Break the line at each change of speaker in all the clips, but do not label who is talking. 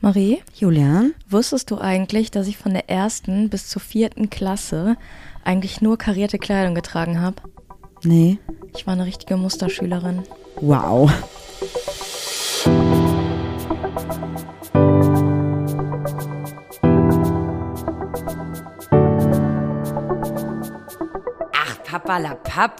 Marie,
Julian?
wusstest du eigentlich, dass ich von der ersten bis zur vierten Klasse eigentlich nur karierte Kleidung getragen habe?
Nee.
Ich war eine richtige Musterschülerin.
Wow.
Ach, Papalapap.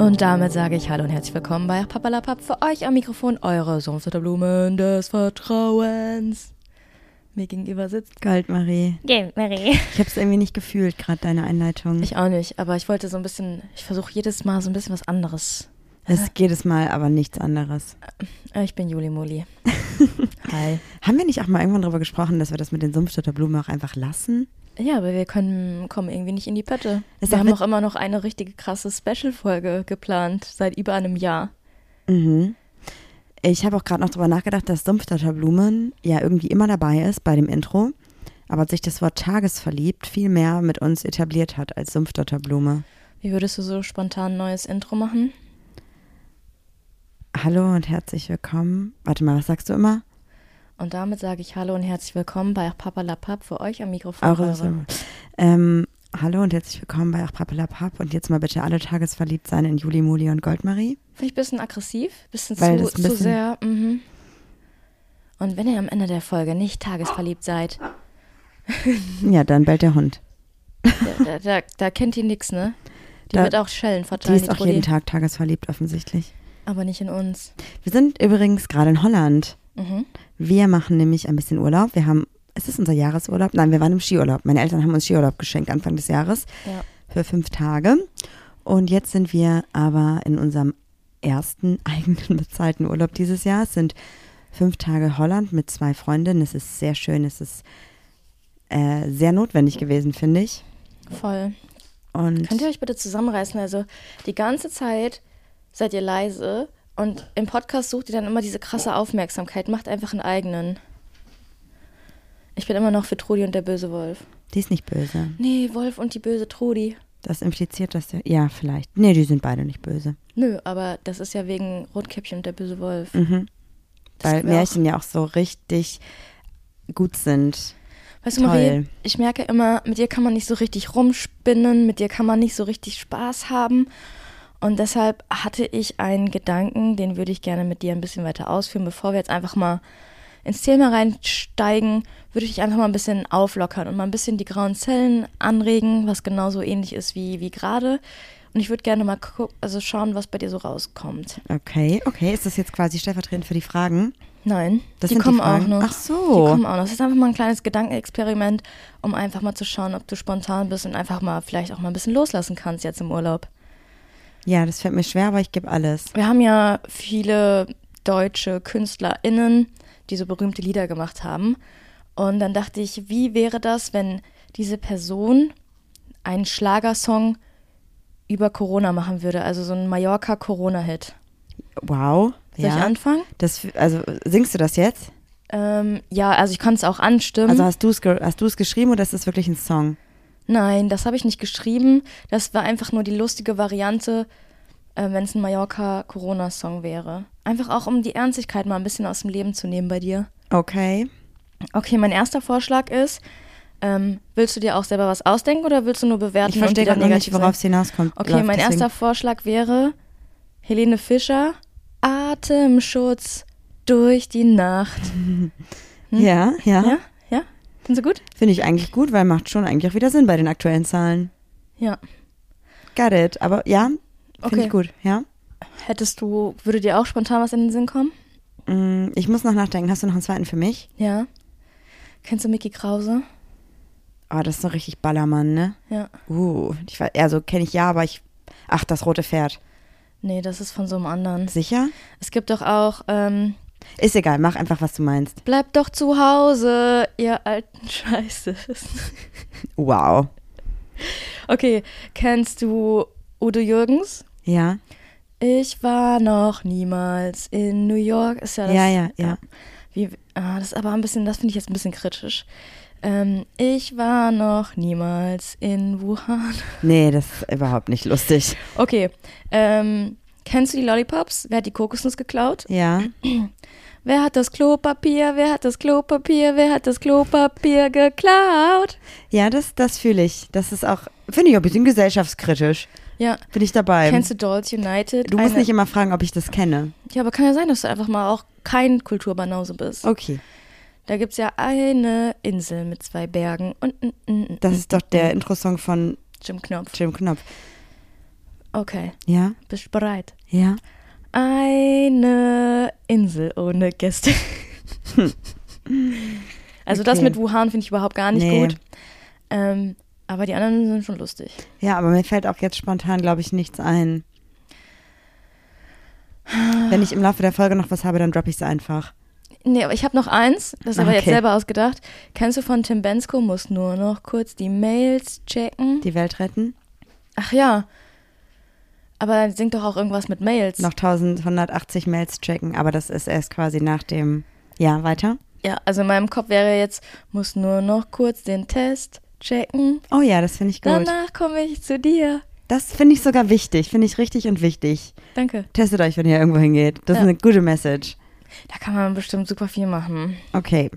Und damit sage ich Hallo und herzlich willkommen bei Papalapap für euch am Mikrofon, eure Sumpfete Blumen des Vertrauens. Mir gegenüber sitzt.
Gold, Marie.
Game Marie.
Ich hab's irgendwie nicht gefühlt, gerade deine Einleitung.
Ich auch nicht, aber ich wollte so ein bisschen, ich versuche jedes Mal so ein bisschen was anderes.
Es ist jedes Mal aber nichts anderes.
Äh, Ich bin Juli Muli. Hi.
Haben wir nicht auch mal irgendwann darüber gesprochen, dass wir das mit den Sumpfstädter Blumen auch einfach lassen?
Ja, aber wir können, kommen irgendwie nicht in die Pötte. wir
Ist doch
haben
mit-
auch immer noch eine richtige krasse Special-Folge geplant, seit über einem Jahr.
Mhm. Ich habe auch gerade noch darüber nachgedacht, dass Sumpfstädter Blumen ja irgendwie immer dabei ist bei dem Intro, aber sich das Wort Tages verliebt viel mehr mit uns etabliert hat als Sumpfstädter Blume.
Wie würdest du so spontan ein neues Intro machen?
Hallo und herzlich willkommen. Warte mal, was sagst du immer?
Und damit sage ich Hallo und herzlich willkommen bei Papalapap für euch am Mikrofon.
Eure
eure-
Stimme. Ähm, hallo und herzlich willkommen bei Achpapalapap und jetzt mal bitte alle tagesverliebt sein in Juli, Muli und Goldmarie.
Vielleicht ein bisschen aggressiv, bisschen
Weil
zu,
das
zu
ein bisschen-
sehr. Mhm. Und wenn ihr am Ende der Folge nicht tagesverliebt seid,
Ja, dann bellt der Hund.
da, da, da, da kennt ihr nix, ne? Die
Da-
wird auch Schellen
Die
verteilen,
ist auch
Trudi.
jeden Tag tagesverliebt offensichtlich.
Aber nicht in uns.
Wir sind übrigens gerade in Holland.
Mhm.
Wir machen nämlich ein bisschen Urlaub. Wir haben, es ist unser Jahresurlaub. Nein, wir waren im Skiurlaub. Meine Eltern haben uns Skiurlaub geschenkt Anfang des Jahres
Ja.
für fünf Tage. Und jetzt sind wir aber in unserem ersten eigenen bezahlten Urlaub dieses Jahr. Es sind fünf Tage Holland mit zwei Freundinnen. Es ist sehr schön. Es ist äh, sehr notwendig gewesen, finde ich.
Voll.
Und
Könnt ihr euch bitte zusammenreißen? Also die ganze Zeit seid ihr leise und im Podcast sucht ihr dann immer diese krasse Aufmerksamkeit. Macht einfach einen eigenen. Ich bin immer noch für Trudi und der böse Wolf.
die ist nicht böse.
Nee, Wolf und die böse Trudi.
Das impliziert, dass der. Ja, vielleicht. Nee, die sind beide nicht böse.
Nö, aber das ist ja wegen Rotkäppchen und der böse Wolf.
Mhm.
Das
Weil
können wir
Märchen ja auch so richtig gut sind.
Weißt du, Marie,
Toll.
ich merke immer, mit dir kann man nicht so richtig rumspinnen, mit dir kann man nicht so richtig Spaß haben. Und deshalb hatte ich einen Gedanken, den würde ich gerne mit dir ein bisschen weiter ausführen. Bevor wir jetzt einfach mal ins Thema reinsteigen, würde ich dich einfach mal ein bisschen auflockern und mal ein bisschen die grauen Zellen anregen, was genauso ähnlich ist wie, wie gerade. Und ich würde gerne mal guck, also schauen, was bei dir so rauskommt.
Okay, okay. Ist das jetzt quasi stellvertretend für die Fragen?
Nein,
Das
die
sind die
kommen auch
Fragen?
noch.
Ach so.
Die kommen auch noch. Das ist einfach mal ein kleines Gedankenexperiment, um einfach mal zu schauen, ob du spontan bist und einfach mal vielleicht auch mal ein bisschen loslassen kannst jetzt im Urlaub.
Ja, das fällt mir schwer, aber ich gebe alles.
Wir haben ja viele deutsche KünstlerInnen, die so berühmte Lieder gemacht haben. Und dann dachte ich, wie wäre das, wenn diese Person einen Schlagersong über Corona machen würde, also so einen Mallorca-Corona-Hit.
Wow.
Soll ich anfangen?
Das, also singst du das jetzt?
Ähm, ja, also ich kann es auch anstimmen.
Also hast du es ge hast du es geschrieben oder ist das wirklich ein Song?
Nein, das habe ich nicht geschrieben. Das war einfach nur die lustige Variante, äh, wenn es ein Mallorca-Corona-Song wäre. Einfach auch, um die Ernstigkeit mal ein bisschen aus dem Leben zu nehmen bei dir.
Okay.
Okay, mein erster Vorschlag ist, ähm, willst du dir auch selber was ausdenken oder willst du nur bewerten?
Ich
und
verstehe
wieder
gerade noch nicht,
negativ sein?
worauf es hinauskommt.
Okay,
läuft,
mein
deswegen-
erster Vorschlag wäre Helene Fischer, Atemschutz durch die Nacht.
Ja, ja.
Hm? Ja? Ja? Sind sie gut?
Finde ich eigentlich gut, weil macht schon eigentlich auch wieder Sinn bei den aktuellen Zahlen.
Ja.
Got it. Aber ja, finde
Okay.
ich gut, ja.
Hättest du, würde dir auch spontan was in den Sinn kommen?
Mm, Ich muss noch nachdenken. Hast du noch einen zweiten für mich?
Ja. Kennst du Mickey Krause?
Oh, das ist so richtig Ballermann, ne?
Ja.
Uh, ich war, also kenne ich ja, aber ich. Ach, das rote Pferd.
Nee, das ist von so einem anderen.
Sicher?
Es gibt doch auch, ähm,
Ist egal, mach einfach, was du meinst.
bleibt doch zu Hause, ihr alten Scheiße.
Wow.
okay, kennst du Udo Jürgens?
Ja,
Ich war noch niemals in New York. Ist ja das.
Ja, ja, ja.
Wie, ah, das ist aber ein bisschen, das finde ich jetzt ein bisschen kritisch. Ähm, ich war noch niemals in Wuhan.
Nee, das ist überhaupt nicht lustig.
Okay. Ähm, kennst du die Lollipops? Wer hat die Kokosnuss geklaut?
Ja.
Wer hat das Klopapier? Wer hat das Klopapier? Wer hat das Klopapier geklaut?
Ja, das, das fühle ich. Das ist auch, finde ich auch ein bisschen gesellschaftskritisch.
Ja.
Bin ich dabei.
Kennst du Dolls United?
Ähm, du musst
Eine-
nicht immer fragen, ob ich das kenne.
Ja, aber kann ja sein, dass du einfach mal auch kein Kulturbanause bist.
Okay.
Da gibt es ja eine Insel mit zwei Bergen und n- n- n-
Das ist doch der Intro-Song von
Jim Knopf.
Jim Knopf.
Okay,
Ja?
bist du bereit?
Ja?
Eine Insel ohne Gäste. also das
Hm. Okay.
mit Wuhan finde ich überhaupt gar nicht
Nee.
gut. Ähm, aber die anderen sind schon lustig.
Ja, aber mir fällt auch jetzt spontan, glaube ich, nichts ein. Wenn ich im Laufe der Folge noch was habe, dann droppe ich es einfach.
Nee, aber ich habe noch eins, das ist aber jetzt
Okay.
selber ausgedacht. Kennst du von Tim Bensko, muss nur noch kurz die Mails checken.
Die Welt retten.
Ach ja. Aber singt doch auch irgendwas mit Mails.
Noch 1180 Mails checken, aber das ist erst quasi nach dem. Ja, weiter?
Ja, also in meinem Kopf wäre jetzt, muss nur noch kurz den Test checken.
Oh ja, das finde ich gut.
Danach komme ich zu dir.
Das finde ich sogar wichtig. Finde ich richtig und wichtig.
Danke.
Testet euch, wenn ihr irgendwo hingeht. Das
Ja.
ist eine gute Message.
Da kann man bestimmt super viel machen.
Okay.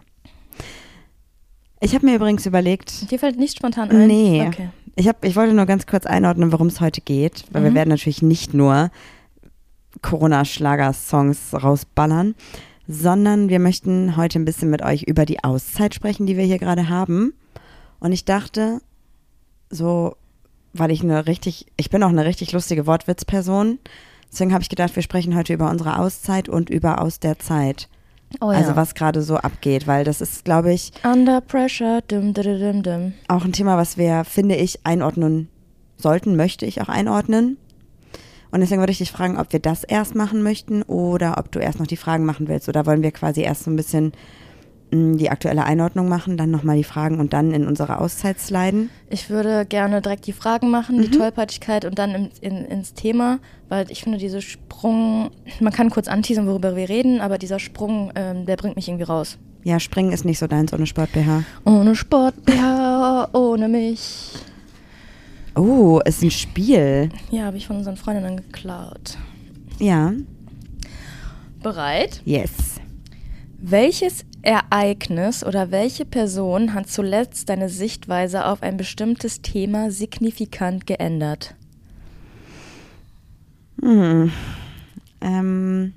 Ich habe mir übrigens überlegt,
Dir fällt nicht spontan ein?
Nee.
Okay.
ich, hab, ich wollte nur ganz kurz einordnen, worum es heute geht, weil
Mhm.
wir werden natürlich nicht nur Corona-Schlager-Songs rausballern, sondern wir möchten heute ein bisschen mit euch über die Auszeit sprechen, die wir hier gerade haben. Und ich dachte, so, weil ich eine richtig, ich bin auch eine richtig lustige Wortwitzperson, deswegen habe ich gedacht, wir sprechen heute über unsere Auszeit und über aus der Zeit.
Oh,
Also
ja.
was gerade so abgeht, weil das ist, glaube ich,
Under pressure, dim, dim, dim, dim.
auch ein Thema, was wir, finde ich, einordnen sollten, möchte ich auch einordnen. Und deswegen würde ich dich fragen, ob wir das erst machen möchten oder ob du erst noch die Fragen machen willst. Oder wollen wir quasi erst so ein bisschen mh, die aktuelle Einordnung machen, dann nochmal die Fragen und dann in unsere Auszeit sliden?
Ich würde gerne direkt die Fragen machen, die Tollpatschigkeit und dann in, in, ins Thema, weil ich finde, dieser Sprung, man kann kurz anteasern, worüber wir reden, aber dieser Sprung, ähm, der bringt mich irgendwie raus.
Ja, springen ist nicht so deins ohne Sport-BH.
Ohne Sport, ja, ohne mich.
Oh, ist ein Spiel.
Ja, habe ich von unseren Freundinnen geklaut.
Ja.
Bereit?
Yes.
Welches Ereignis oder welche Person hat zuletzt deine Sichtweise auf ein bestimmtes Thema signifikant geändert?
Hm. Ähm,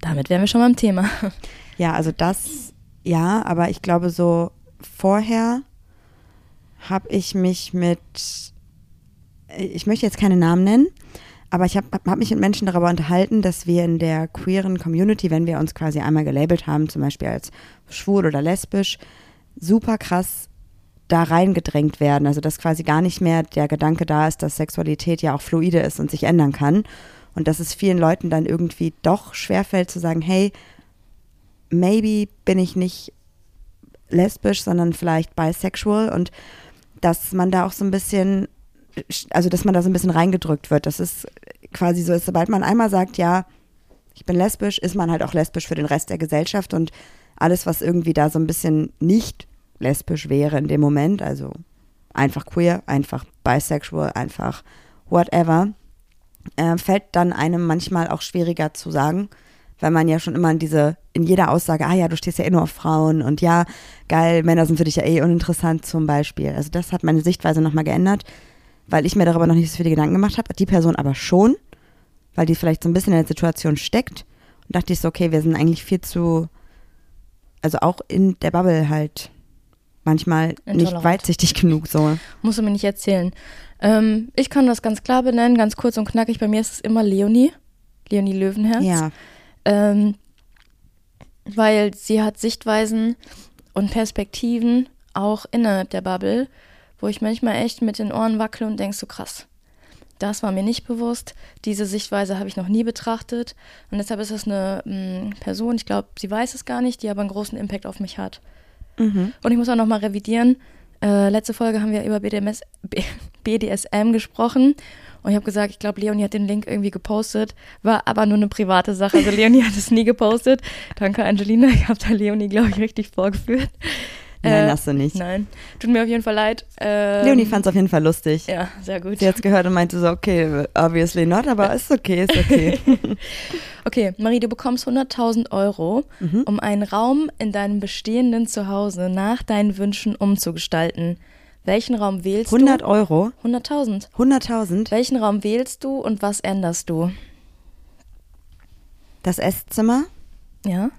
Damit wären wir schon beim Thema.
Ja, also das, ja, aber ich glaube, so vorher habe ich mich mit, ich möchte jetzt keine Namen nennen, aber ich habe hab mich mit Menschen darüber unterhalten, dass wir in der queeren Community, wenn wir uns quasi einmal gelabelt haben, zum Beispiel als schwul oder lesbisch, super krass da reingedrängt werden. Also dass quasi gar nicht mehr der Gedanke da ist, dass Sexualität ja auch fluide ist und sich ändern kann. Und dass es vielen Leuten dann irgendwie doch schwerfällt zu sagen, hey, maybe bin ich nicht lesbisch, sondern vielleicht bisexual und dass man da auch so ein bisschen, also dass man da so ein bisschen reingedrückt wird. Das ist quasi so, sobald man einmal sagt, ja, ich bin lesbisch, ist man halt auch lesbisch für den Rest der Gesellschaft und alles, was irgendwie da so ein bisschen nicht lesbisch wäre in dem Moment, also einfach queer, einfach bisexual, einfach whatever, äh, fällt dann einem manchmal auch schwieriger zu sagen, weil man ja schon immer in diese, in jeder Aussage, ah ja, du stehst ja eh nur auf Frauen und ja, geil, Männer sind für dich ja eh uninteressant zum Beispiel. Also das hat meine Sichtweise nochmal geändert, weil ich mir darüber noch nicht so viele Gedanken gemacht habe, die Person aber schon, weil die vielleicht so ein bisschen in der Situation steckt und dachte ich so, okay, wir sind eigentlich viel zu, also auch in der Bubble halt manchmal nicht
Intolerant.
weitsichtig genug so.
Musst du mir nicht erzählen. Ähm, ich kann das ganz klar benennen, ganz kurz und knackig. Bei mir ist es immer Leonie. Leonie Löwenherz.
Ja,
Ähm, weil sie hat Sichtweisen und Perspektiven auch innerhalb der Bubble, wo ich manchmal echt mit den Ohren wackle und denk so krass. Das war mir nicht bewusst. Diese Sichtweise habe ich noch nie betrachtet. Und deshalb ist das eine mh, Person, ich glaube, sie weiß es gar nicht, die aber einen großen Impact auf mich hat.
Mhm.
Und ich muss auch nochmal revidieren. Äh, letzte Folge haben wir über BDMS, B, BDSM gesprochen. Und ich habe gesagt, ich glaube, Leonie hat den Link irgendwie gepostet. War aber nur eine private Sache. Also Leonie hat es nie gepostet. Danke, Angelina. Ich habe da Leonie, glaube ich, richtig vorgeführt.
Nein,
Äh,
hast du nicht.
Nein, tut mir auf jeden Fall leid. Ähm,
Leonie fand es auf jeden Fall lustig.
Ja, sehr gut.
Sie hat es gehört und meinte so, okay, obviously not, aber ist okay, ist okay.
Okay, Marie, du bekommst 100.000 Euro,
Mhm.
um einen Raum in deinem bestehenden Zuhause nach deinen Wünschen umzugestalten. Welchen Raum wählst
100
du?
Euro,
100.000.
100.000,
Welchen Raum wählst du und was änderst du?
das Esszimmer.
Ja?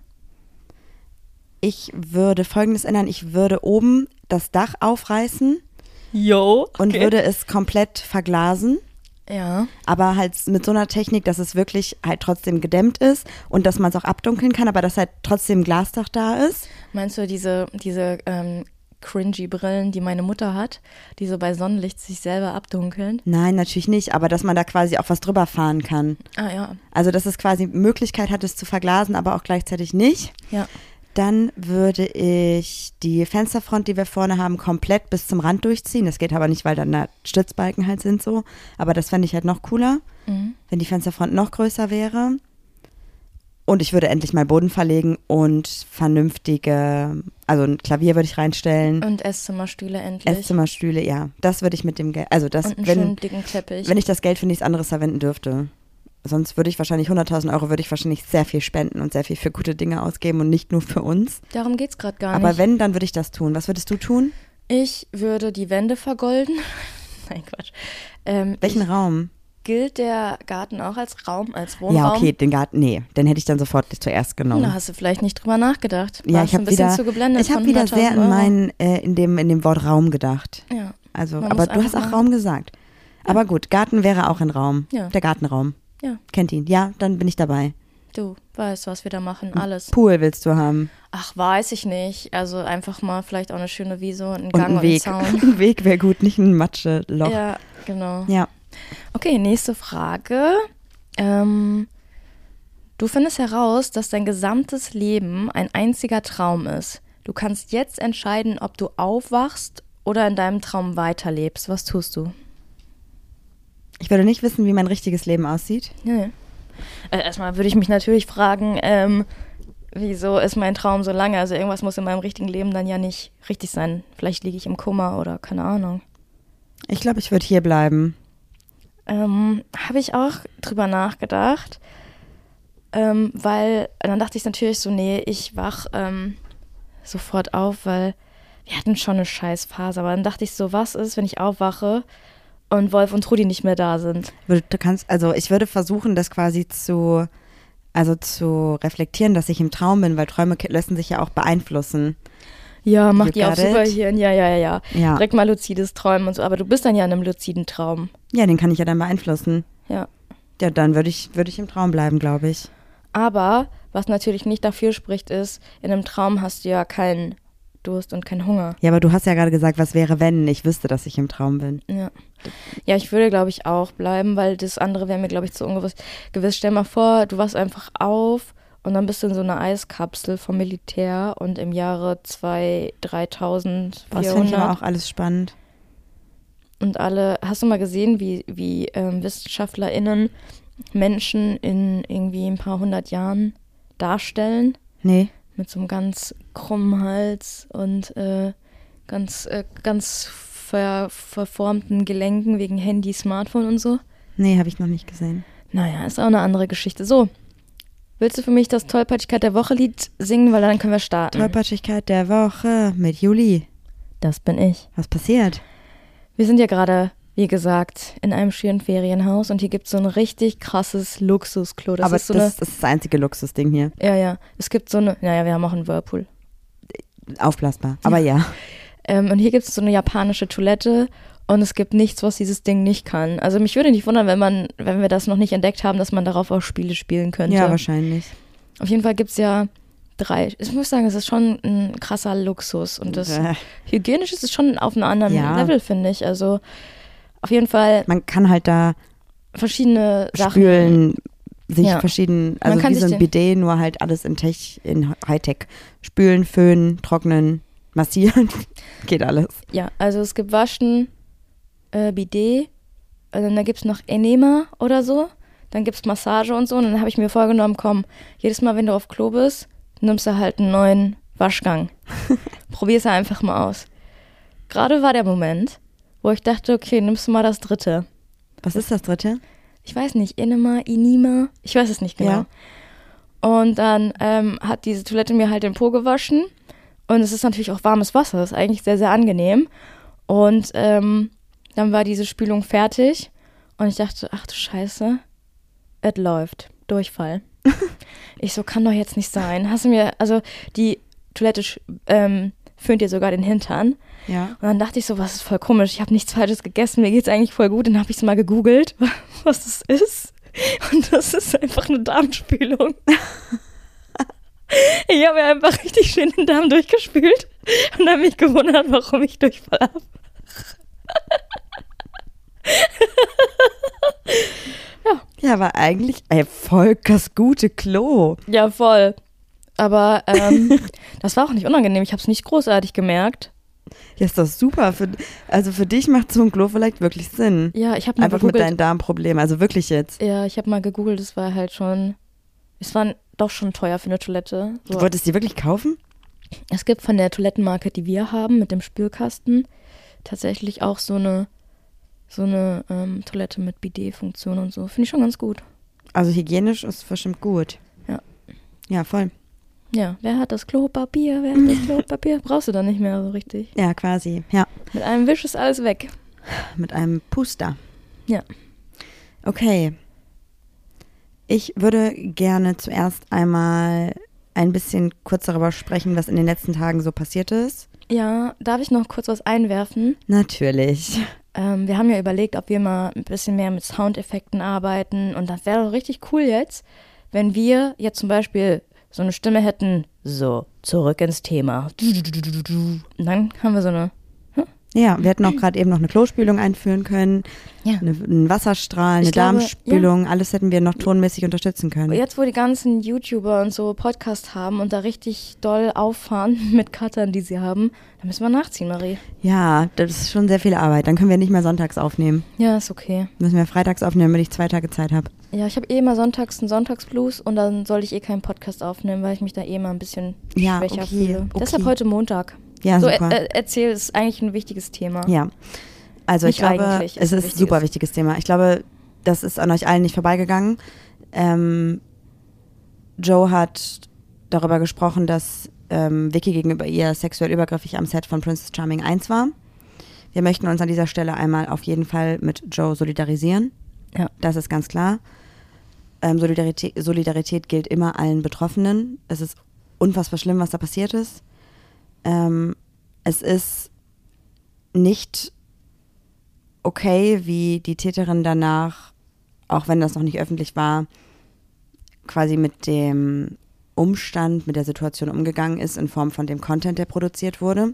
Ich würde Folgendes ändern, ich würde oben das Dach aufreißen
Yo.
und würde es komplett verglasen.
Ja.
aber halt mit so einer Technik, dass es wirklich halt trotzdem gedämmt ist und dass man es auch abdunkeln kann, aber dass halt trotzdem Glasdach da ist.
Meinst du diese, diese ähm, cringy Brillen, die meine Mutter hat, die so bei Sonnenlicht sich selber abdunkeln?
Nein, natürlich nicht, aber dass man da quasi auch was drüber fahren kann.
Ah ja.
Also dass es quasi Möglichkeit hat, es zu verglasen, aber auch gleichzeitig nicht.
Ja.
Dann würde ich die Fensterfront, die wir vorne haben, komplett bis zum Rand durchziehen. Das geht aber nicht, weil dann da Stützbalken halt sind so. Aber das fände ich halt noch cooler,
Mhm.
wenn die Fensterfront noch größer wäre. Und ich würde endlich mal Boden verlegen und vernünftige, also ein Klavier würde ich reinstellen,
Und Esszimmerstühle endlich.
Esszimmerstühle, ja. Das würde ich mit dem Geld, also das,
und einen schönen
wenn,
dicken Teppich.
wenn ich das Geld für nichts anderes verwenden dürfte. Sonst würde ich wahrscheinlich 100.000 Euro würde ich wahrscheinlich sehr viel spenden und sehr viel für gute Dinge ausgeben und nicht nur für uns.
Darum geht's gerade gar
Aber
nicht.
wenn, dann würde ich das tun. Was würdest du tun?
Ich würde die Wände vergolden. Nein, Quatsch. Ähm,
Welchen Raum?
gilt der Garten auch als Raum, als Wohnraum?
Ja, okay, den Garten. Nee, den hätte ich dann sofort zuerst genommen.
Da hast du vielleicht nicht drüber nachgedacht.
ja,
Warst
ich habe
ein bisschen
wieder,
zu geblendet
ich habe
von
wieder sehr
100.000
in
Euro.
meinen, äh, in dem, in dem Wort Raum gedacht.
Ja.
Also,
Man
aber
muss
du hast
einfach
auch
mal-
Raum gesagt. Aber gut, Garten wäre auch ein Raum.
Ja.
Der Gartenraum.
Ja,
Kennt ihn. Ja, dann bin ich dabei.
du weißt, was wir da machen, alles.
Pool willst du haben.
Ach, weiß ich nicht. Also einfach mal vielleicht auch eine schöne Wiese und einen Gang
und ein Weg.
einen Zaun.
Ein Weg wäre gut, nicht ein Matscheloch.
Ja, genau.
ja.
Okay, nächste Frage. Ähm, du findest heraus, dass dein gesamtes Leben ein einziger Traum ist. Du kannst jetzt entscheiden, ob du aufwachst oder in deinem Traum weiterlebst. Was tust du?
Ich würde nicht wissen, wie mein richtiges Leben aussieht.
Nee. Äh, erstmal würde ich mich natürlich fragen, ähm, wieso ist mein Traum so lange? Also irgendwas muss in meinem richtigen Leben dann ja nicht richtig sein. Vielleicht liege ich im Koma oder keine Ahnung.
Ich glaube, ich würde hier bleiben.
Ähm, Habe ich auch drüber nachgedacht, ähm, weil dann dachte ich natürlich so, nee, ich wach ähm, sofort auf, weil wir hatten schon eine scheiß Phase. Aber dann dachte ich so, was ist, wenn ich aufwache und Wolf und Trudi nicht mehr da sind?
Würde- Du kannst, also ich würde versuchen, das quasi zu, also zu reflektieren, dass ich im Traum bin, weil Träume k- lassen sich ja auch beeinflussen.
Ja, macht
You
ihr auch
got it?
super hier. Ja, ja, ja, ja.
Ja.
Direkt mal luzides Träumen und so. Aber du bist dann ja in einem luziden Traum.
Ja, den kann ich ja dann beeinflussen.
Ja.
Ja, dann würde ich, würde ich im Traum bleiben, glaube ich.
Aber was natürlich nicht dafür spricht, ist, in einem Traum hast du ja keinen Durst und keinen Hunger.
Ja, aber du hast ja gerade gesagt, was wäre, wenn ich wüsste, dass ich im Traum bin.
Ja. Ja, ich würde, glaube ich, auch bleiben, weil das andere wäre mir, glaube ich, zu ungewiss. Gewiss, stell mal vor, du wachst einfach auf und dann bist du in so einer Eiskapsel vom Militär und im Jahre 2, 3000,
Boah, Das finde ich aber
400
auch alles spannend.
und alle. Hast du mal gesehen, wie, wie ähm, WissenschaftlerInnen Menschen in irgendwie ein paar hundert Jahren darstellen?
Nee.
Mit so einem ganz krummen Hals und äh, ganz, äh, ganz ver verformten Gelenken wegen Handy, Smartphone und so.
Nee, habe ich noch nicht gesehen.
Naja, ist auch eine andere Geschichte. So, willst du für mich das Tollpatschigkeit der Woche Lied singen, weil dann können wir starten.
Tollpatschigkeit der Woche mit Juli.
das bin ich.
Was passiert?
Wir sind ja gerade, wie gesagt, in einem schönen Ferienhaus und hier gibt es so ein richtig krasses Luxusklo. Das
aber
ist so
das, das ist das einzige Luxusding hier.
eine. Ja, ja. Es gibt so eine. Naja, wir haben auch einen Whirlpool.
Aufblasbar. Aber ja.
Ähm, und hier gibt es so eine japanische Toilette und es gibt nichts, was dieses Ding nicht kann. Also mich würde nicht wundern, wenn man, wenn wir das noch nicht entdeckt haben, dass man darauf auch Spiele spielen könnte.
Ja, wahrscheinlich.
Auf jeden Fall gibt es ja drei. Ich muss sagen, es ist schon ein krasser Luxus und das
Äh.
hygienisch ist es schon auf einem anderen
Ja.
Level, finde ich. Also auf jeden Fall
Man kann halt da
verschiedene Sachen.
spülen sich
Ja.
verschieden, also
kann
wie so
sich
ein
den-
Bidet, nur halt alles in Tech, in Hightech. Spülen, föhnen, trocknen, massieren, geht alles.
Ja, also es gibt Waschen, äh, Bidet, äh, dann gibt es noch Enema oder so, dann gibt es Massage und so. Und dann habe ich mir vorgenommen, komm, jedes Mal, wenn du auf Klo bist, nimmst du halt einen neuen Waschgang. probier's einfach mal aus. Gerade war der Moment, wo ich dachte, okay, nimmst du mal das dritte.
Was ist das dritte?
Ich weiß nicht, Inema, Inima, ich weiß es nicht genau.
Ja.
Und dann ähm, hat diese Toilette mir halt den Po gewaschen. Und es ist natürlich auch warmes Wasser, ist eigentlich sehr, sehr angenehm. Und ähm, dann war diese Spülung fertig. Und ich dachte, ach du Scheiße, es läuft. Durchfall. ich so, kann doch jetzt nicht sein. Hast du mir, also die Toilette sch- ähm, föhnt dir sogar den Hintern.
Ja.
Und dann dachte ich so, was ist voll komisch, ich habe nichts Falsches gegessen, mir geht's eigentlich voll gut. Dann habe ich es mal gegoogelt, was das ist. Und das ist einfach eine Darmspülung. Ich habe mir einfach richtig schön den Darm durchgespült und habe mich gewundert, warum ich Durchfall habe.
Ja, aber eigentlich, ey, voll das gute Klo.
Ja, voll. Aber ähm, das war auch nicht unangenehm, ich habe es nicht großartig gemerkt.
Ja, ist doch super. Für, also für dich macht so ein Klo vielleicht wirklich Sinn.
Ja, ich habe mal
Einfach mit
gegoogelt.
deinen Darmproblemen. Also wirklich jetzt.
ja, ich habe mal gegoogelt, es war halt schon, es war doch schon teuer für eine Toilette. So
Du wolltest die wirklich kaufen?
Es gibt von der Toilettenmarke, die wir haben, mit dem Spülkasten, tatsächlich auch so eine, so eine ähm, Toilette mit Bidet-Funktion und so. Finde ich schon ganz gut.
Also hygienisch ist bestimmt gut.
Ja.
Ja, voll.
Ja, wer hat das Klopapier? Wer hat das Klopapier? Brauchst du dann nicht mehr so richtig.
Ja, quasi. Ja.
Mit einem Wisch ist alles weg.
Mit einem Puster.
Ja.
Okay. Ich würde gerne zuerst einmal ein bisschen kurz darüber sprechen, was in den letzten Tagen so passiert ist.
Ja, darf ich noch kurz was einwerfen?
Natürlich.
Ähm, wir haben ja überlegt, ob wir mal ein bisschen mehr mit Soundeffekten arbeiten. Und das wäre doch richtig cool jetzt, wenn wir jetzt zum Beispiel so eine Stimme hätten, so, zurück ins Thema. Und dann haben wir so eine
Ja, wir hätten auch gerade eben noch eine Klospülung einführen können,
Ja.
eine, einen Wasserstrahl, eine
Ich glaube,
Darmspülung, alles hätten wir noch tonmäßig unterstützen können.
Jetzt, wo die ganzen YouTuber und so Podcast haben und da richtig doll auffahren mit Cuttern, die sie haben, da müssen wir nachziehen, Marie.
Ja, das ist schon sehr viel Arbeit. Dann können wir nicht mehr sonntags aufnehmen.
Ja, ist okay.
Müssen wir freitags aufnehmen, damit ich zwei Tage Zeit habe.
Ja, ich habe eh immer sonntags einen Sonntagsblues und dann soll ich eh keinen Podcast aufnehmen, weil ich mich da eh mal ein bisschen
Ja,
schwächer
okay,
fühle.
okay.
Deshalb heute Montag.
Ja,
so,
super.
Äh, äh, erzähl, ist eigentlich ein wichtiges Thema.
Ja. Also ich
Nicht
glaube,
eigentlich,
es
ist ein
ist ein super wichtiges Thema. Ich glaube, das ist an euch allen nicht vorbeigegangen. Ähm, Joe hat darüber gesprochen, dass ähm, Vicky gegenüber ihr sexuell übergriffig am Set von Princess Charming 1 war. Wir möchten uns an dieser Stelle einmal auf jeden Fall mit Joe solidarisieren.
Ja.
Das ist ganz klar. Ähm, Solidarität, Solidarität gilt immer allen Betroffenen. Es ist unfassbar schlimm, was da passiert ist. Ähm, es ist nicht okay, wie die Täterin danach, auch wenn das noch nicht öffentlich war, quasi mit dem Umstand, mit der Situation umgegangen ist, in Form von dem Content, der produziert wurde.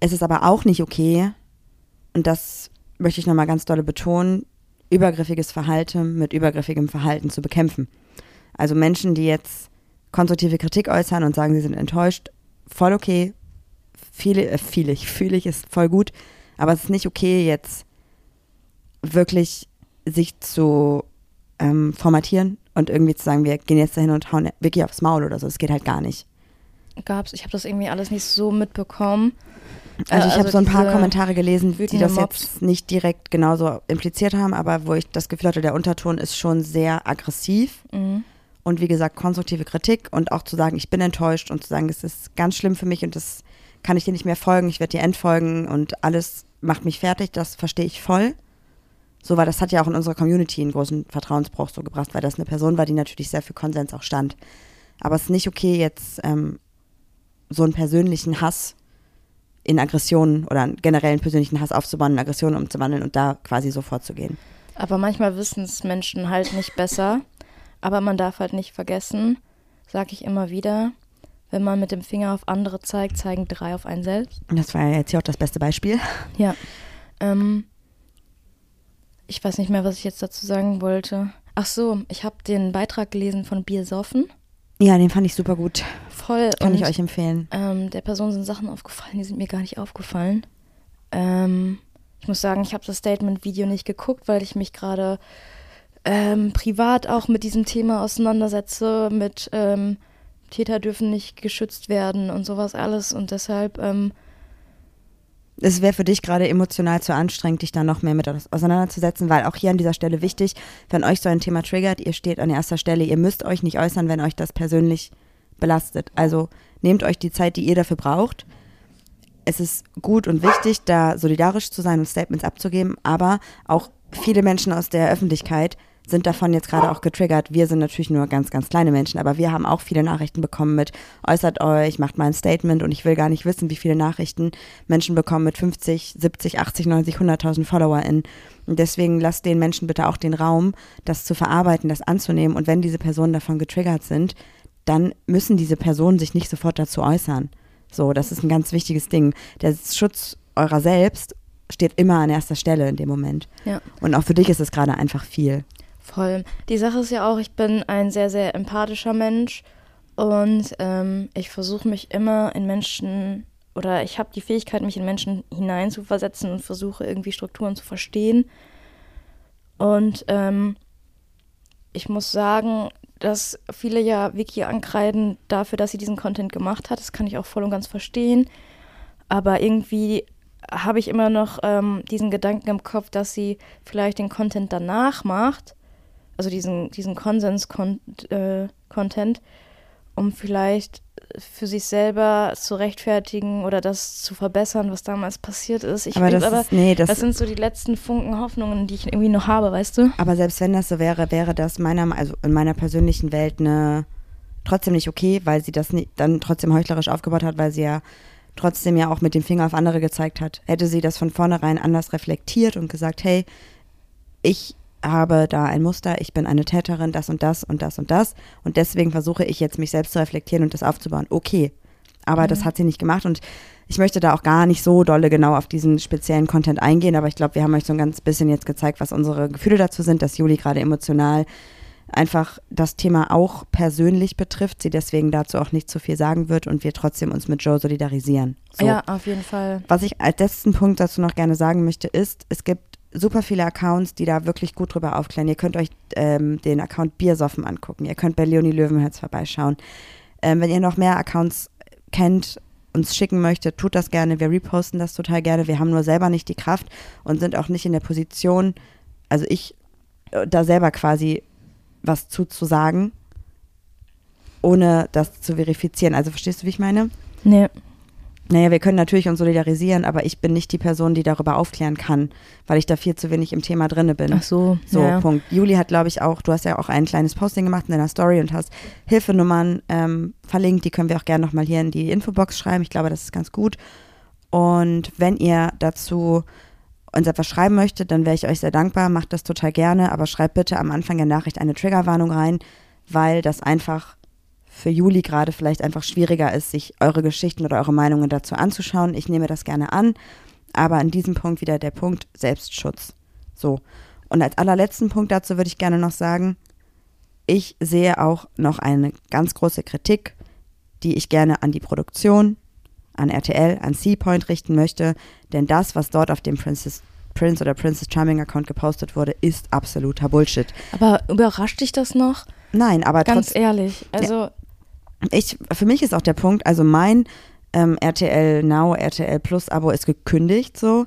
Es ist aber auch nicht okay, und das möchte ich nochmal ganz dolle betonen, übergriffiges Verhalten mit übergriffigem Verhalten zu bekämpfen. Also Menschen, die jetzt konstruktive Kritik äußern und sagen, sie sind enttäuscht, voll okay. Viele, äh, viele, fühle ich ist voll gut, aber es ist nicht okay, jetzt wirklich sich zu ähm, formatieren und irgendwie zu sagen, wir gehen jetzt dahin und hauen Vicky aufs Maul oder so. Es geht halt gar nicht.
Gab's, ich habe das irgendwie alles nicht so mitbekommen.
Also ich
Äh,
habe so ein paar
diese-
Kommentare gelesen, die
wütende
das
Mobs.
jetzt nicht direkt genauso impliziert haben, aber wo ich das Gefühl hatte, der Unterton ist schon sehr aggressiv.
Mhm.
Und wie gesagt, konstruktive Kritik und auch zu sagen, ich bin enttäuscht und zu sagen, es ist ganz schlimm für mich und das kann ich dir nicht mehr folgen, ich werde dir entfolgen und alles macht mich fertig, das verstehe ich voll. So, weil das hat ja auch in unserer Community einen großen Vertrauensbruch so gebracht, weil das eine Person war, die natürlich sehr für Konsens auch stand. Aber es ist nicht okay, jetzt ähm, so einen persönlichen Hass in Aggressionen oder einen generellen persönlichen Hass aufzubauen, in Aggressionen umzuwandeln und da quasi so vorzugehen.
Aber manchmal wissen es Menschen halt nicht besser. Aber man darf halt nicht vergessen, sage ich immer wieder, wenn man mit dem Finger auf andere zeigt, zeigen drei auf einen selbst.
Und das war ja jetzt hier auch das beste Beispiel.
Ja. Ähm, ich weiß nicht mehr, was ich jetzt dazu sagen wollte. Ach so, ich habe den Beitrag gelesen von Biersoffen.
Ja, den fand ich super gut.
Voll.
Kann
und,
ich euch empfehlen.
Ähm, der Person sind Sachen aufgefallen, die sind mir gar nicht aufgefallen. Ähm, ich muss sagen, ich habe das Statement-Video nicht geguckt, weil ich mich gerade ähm, privat auch mit diesem Thema auseinandersetze, mit ähm, Täter dürfen nicht geschützt werden und sowas alles. Und deshalb, ähm,
es wäre für dich gerade emotional zu anstrengend, dich da noch mehr mit aus- auseinanderzusetzen, weil auch hier an dieser Stelle wichtig, wenn euch so ein Thema triggert, ihr steht an erster Stelle, ihr müsst euch nicht äußern, wenn euch das persönlich belastet. Also nehmt euch die Zeit, die ihr dafür braucht. Es ist gut und wichtig, da solidarisch zu sein und Statements abzugeben, aber auch viele Menschen aus der Öffentlichkeit sind davon jetzt gerade auch getriggert. Wir sind natürlich nur ganz, ganz kleine Menschen, aber wir haben auch viele Nachrichten bekommen mit äußert euch, macht mal ein Statement und ich will gar nicht wissen, wie viele Nachrichten Menschen bekommen mit 50, 70, 80, 90, 100.000 FollowerInnen. Und deswegen lasst den Menschen bitte auch den Raum, das zu verarbeiten, das anzunehmen und wenn diese Personen davon getriggert sind, dann müssen diese Personen sich nicht sofort dazu äußern. So, das ist ein ganz wichtiges Ding. Der Schutz eurer selbst steht immer an erster Stelle in dem Moment.
ja.
Und auch für dich ist es gerade einfach viel.
Voll. Die Sache ist ja auch, ich bin ein sehr, sehr empathischer Mensch und ähm, ich versuche mich immer in Menschen oder ich habe die Fähigkeit, mich in Menschen hineinzuversetzen und versuche irgendwie Strukturen zu verstehen. Und ähm, ich muss sagen, dass viele ja Vicky ankreiden dafür, dass sie diesen Content gemacht hat. Das kann ich auch voll und ganz verstehen. Aber irgendwie habe ich immer noch ähm, diesen Gedanken im Kopf, dass sie vielleicht den Content danach macht, also diesen, diesen Konsens-Content, um vielleicht für sich selber zu rechtfertigen oder das zu verbessern, was damals passiert ist. Ich
Aber
lieb
das ist- nee, das-
das sind so die letzten Funken Hoffnungen, die ich irgendwie noch habe, weißt du?
Aber selbst wenn das so wäre, wäre das meiner, also in meiner persönlichen Welt eine trotzdem nicht okay, weil sie das nie, dann trotzdem heuchlerisch aufgebaut hat, weil sie ja trotzdem ja auch mit dem Finger auf andere gezeigt hat. Hätte sie das von vornherein anders reflektiert und gesagt, hey, ich habe da ein Muster, ich bin eine Täterin, das und das und das und das und deswegen versuche ich jetzt mich selbst zu reflektieren und das aufzubauen. Okay, aber das hat sie nicht gemacht und ich möchte da auch gar nicht so dolle genau auf diesen speziellen Content eingehen, aber ich glaube, wir haben euch so ein ganz bisschen jetzt gezeigt, was unsere Gefühle dazu sind, dass Juli gerade emotional einfach das Thema auch persönlich betrifft, sie deswegen dazu auch nicht zu viel sagen wird und wir trotzdem uns mit Joe solidarisieren. So.
Ja, auf jeden Fall.
Was ich als letzten Punkt dazu noch gerne sagen möchte, ist, es gibt super viele Accounts, die da wirklich gut drüber aufklären. Ihr könnt euch ähm, den Account Biersoffen angucken. Ihr könnt bei Leonie Löwenherz vorbeischauen. Ähm, wenn ihr noch mehr Accounts kennt, uns schicken möchtet, tut das gerne. Wir reposten das total gerne. Wir haben nur selber nicht die Kraft und sind auch nicht in der Position, also ich, äh, da selber quasi was zuzusagen, ohne das zu verifizieren. Also verstehst du, wie ich meine?
Nee.
Naja, wir können natürlich uns solidarisieren, aber ich bin nicht die Person, die darüber aufklären kann, weil ich da viel zu wenig im Thema drinne bin.
Ach so.
Genau. So,
ja.
Punkt. Juli hat, glaube ich, auch, du hast ja auch ein kleines Posting gemacht in deiner Story und hast Hilfenummern ähm, verlinkt. Die können wir auch gerne nochmal hier in die Infobox schreiben. Ich glaube, das ist ganz gut. Und wenn ihr dazu uns etwas schreiben möchtet, dann wäre ich euch sehr dankbar. Macht das total gerne, aber schreibt bitte am Anfang der Nachricht eine Triggerwarnung rein, weil das einfach für Juli gerade vielleicht einfach schwieriger ist, sich eure Geschichten oder eure Meinungen dazu anzuschauen. Ich nehme das gerne an, aber an diesem Punkt wieder der Punkt Selbstschutz. So. Und als allerletzten Punkt dazu würde ich gerne noch sagen, ich sehe auch noch eine ganz große Kritik, die ich gerne an die Produktion, an RTL, an Seapoint richten möchte, denn das, was dort auf dem Princess, Prince oder Princess Charming Account gepostet wurde, ist absoluter Bullshit.
Aber überrascht dich das noch?
Nein, aber
Ganz
trotz,
ehrlich. Also,
ich, für mich ist auch der Punkt, also mein ähm, RTL Now, RTL Plus Abo ist gekündigt so.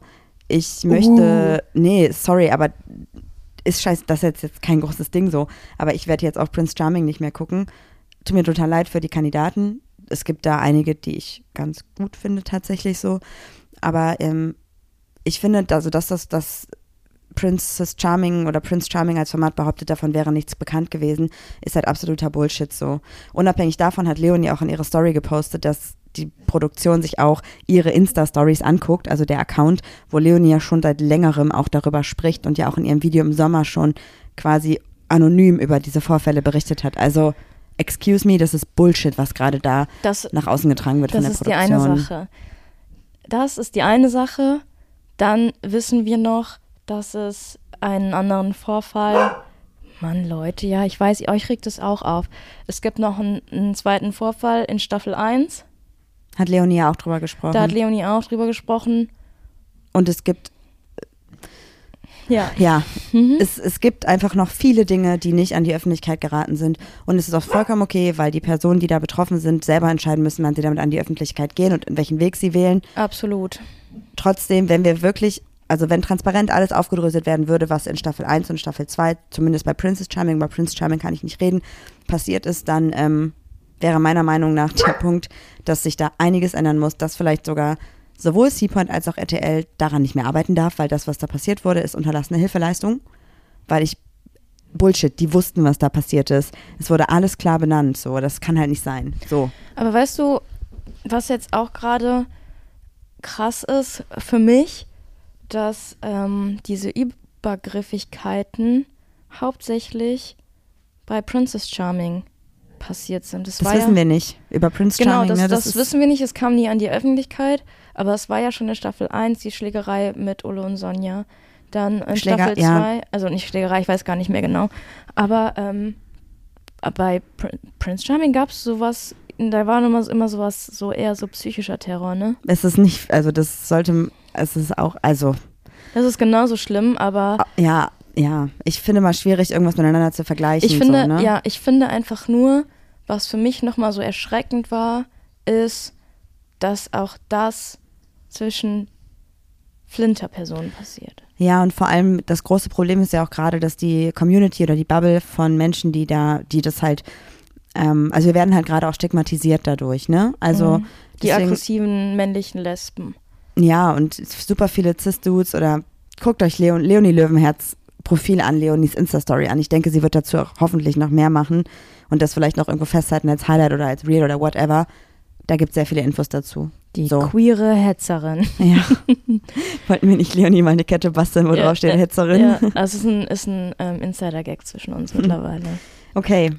Ich möchte, nee, sorry, aber ist scheiße, das ist jetzt, jetzt kein großes Ding so. Aber ich werde jetzt auch Prince Charming nicht mehr gucken. Tut mir total leid für die Kandidaten. Es gibt da einige, die ich ganz gut finde tatsächlich so. Aber ähm, ich finde, also dass das, das Princess Charming oder Prince Charming als Format behauptet, davon wäre nichts bekannt gewesen, ist halt absoluter Bullshit so. Unabhängig davon hat Leonie auch in ihrer Story gepostet, dass die Produktion sich auch ihre Insta-Stories anguckt, also der Account, wo Leonie ja schon seit längerem auch darüber spricht und ja auch in ihrem Video im Sommer schon quasi anonym über diese Vorfälle berichtet hat. Also, excuse me, das ist Bullshit, was gerade da
das,
nach außen getragen wird von
das
der
ist die
Produktion.
eine Sache. Das ist die eine Sache. Dann wissen wir noch, dass es einen anderen Vorfall. Mann, Leute, ja, ich weiß, euch regt es auch auf. Es gibt noch einen, einen zweiten Vorfall in Staffel 1.
Hat Leonie ja auch drüber gesprochen.
Da hat Leonie auch drüber gesprochen.
Und es gibt.
Ja.
Ja, es, es gibt einfach noch viele Dinge, die nicht an die Öffentlichkeit geraten sind. Und es ist auch vollkommen okay, weil die Personen, die da betroffen sind, selber entscheiden müssen, wann sie damit an die Öffentlichkeit gehen und in welchen Weg sie wählen.
Absolut.
Trotzdem, wenn wir wirklich, also wenn transparent alles aufgedröselt werden würde, was in Staffel 1 und Staffel 2, zumindest bei Princess Charming, bei Prince Charming kann ich nicht reden, passiert ist, dann ähm, wäre meiner Meinung nach der Punkt, dass sich da einiges ändern muss, dass vielleicht sogar sowohl Seapoint als auch RTL daran nicht mehr arbeiten darf, weil das, was da passiert wurde, ist unterlassene Hilfeleistung, weil ich Bullshit, die wussten, was da passiert ist. Es wurde alles klar benannt, so, das kann halt nicht sein. So.
Aber weißt du, was jetzt auch gerade krass ist für mich, dass ähm, diese Übergriffigkeiten hauptsächlich bei Princess Charming passiert sind. Das,
Das
war
wissen
ja,
wir nicht. Über Prince
Genau,
Charming,
das,
ne?
das,
ist-
wissen wir nicht, es kam nie an die Öffentlichkeit, aber es war ja schon in Staffel 1 die Schlägerei mit Ulle und Sonja. Dann in
Schläger-
Staffel 2,
ja.
also nicht Schlägerei, ich weiß gar nicht mehr genau, aber ähm, bei Pr Prince Charming gab es sowas, da war immer, immer sowas, so eher so psychischer Terror, ne?
Es ist nicht, also das sollte, es ist auch, also
Das ist genauso schlimm, aber
ja, ja, ich finde mal schwierig, irgendwas miteinander zu vergleichen.
ich finde,
so, ne?
ja, ich finde einfach nur, was für mich nochmal so erschreckend war, ist, dass auch das zwischen Flinterpersonen passiert.
ja, und vor allem das große Problem ist ja auch gerade, dass die Community oder die Bubble von Menschen, die da, die das halt, ähm, also wir werden halt gerade auch stigmatisiert dadurch, ne? Also
Mhm. Die
deswegen,
aggressiven männlichen Lesben.
ja, und super viele Cis-Dudes oder guckt euch Leon, Leonie Löwenherz Profil an, Leonies Insta-Story an. Ich denke, sie wird dazu auch hoffentlich noch mehr machen und das vielleicht noch irgendwo festhalten als Highlight oder als Reel oder whatever. Da gibt es sehr viele Infos dazu.
Die
So.
queere Hetzerin.
Ja. Wollten wir nicht Leonie mal eine Kette basteln, wo
Ja,
drauf steht
äh,
Hetzerin?
Ja, das ist ein, ist ein ähm, Insider-Gag zwischen uns mittlerweile.
Okay,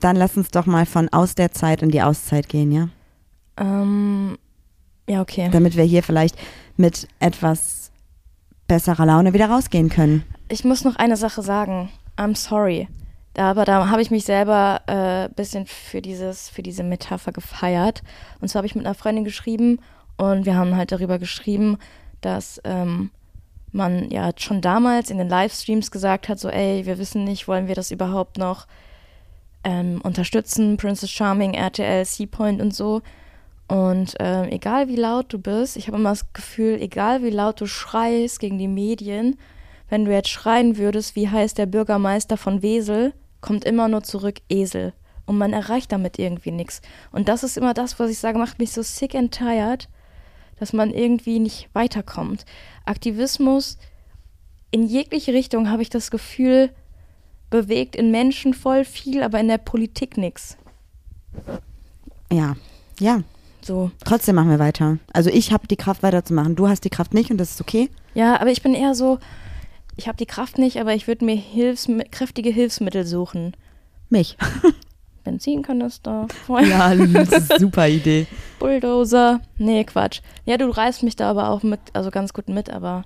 dann lass uns doch mal von aus der Zeit in die Auszeit gehen, ja?
Ähm, ja, okay.
Damit wir hier vielleicht mit etwas besserer Laune wieder rausgehen können.
Ich muss noch eine Sache sagen. I'm sorry. Da, aber da habe ich mich selber ein äh, bisschen für, dieses, für diese Metapher gefeiert. Und zwar habe ich mit einer Freundin geschrieben und wir haben halt darüber geschrieben, dass ähm, man ja schon damals in den Livestreams gesagt hat, so ey, wir wissen nicht, wollen wir das überhaupt noch ähm, unterstützen, Princess Charming, RTL, Seapoint und so. Und ähm, egal wie laut du bist, ich habe immer das Gefühl, egal wie laut du schreist gegen die Medien, wenn du jetzt schreien würdest, wie heißt der Bürgermeister von Wesel, kommt immer nur zurück Esel. Und man erreicht damit irgendwie nichts. Und das ist immer das, was ich sage, macht mich so sick and tired, dass man irgendwie nicht weiterkommt. Aktivismus in jegliche Richtung habe ich das Gefühl, bewegt in Menschen voll viel, aber in der Politik nichts.
Ja. Ja,
So.
trotzdem machen wir weiter. Also ich habe die Kraft weiterzumachen. Du hast die Kraft nicht und das ist okay.
Ja, aber ich bin eher so, ich habe die Kraft nicht, aber ich würde mir Hilfsmi kräftige Hilfsmittel suchen.
Mich.
Benzinkanister,
Ja, super Idee.
Bulldozer. Nee, Quatsch. Ja, du reißt mich da aber auch mit, also ganz gut mit, aber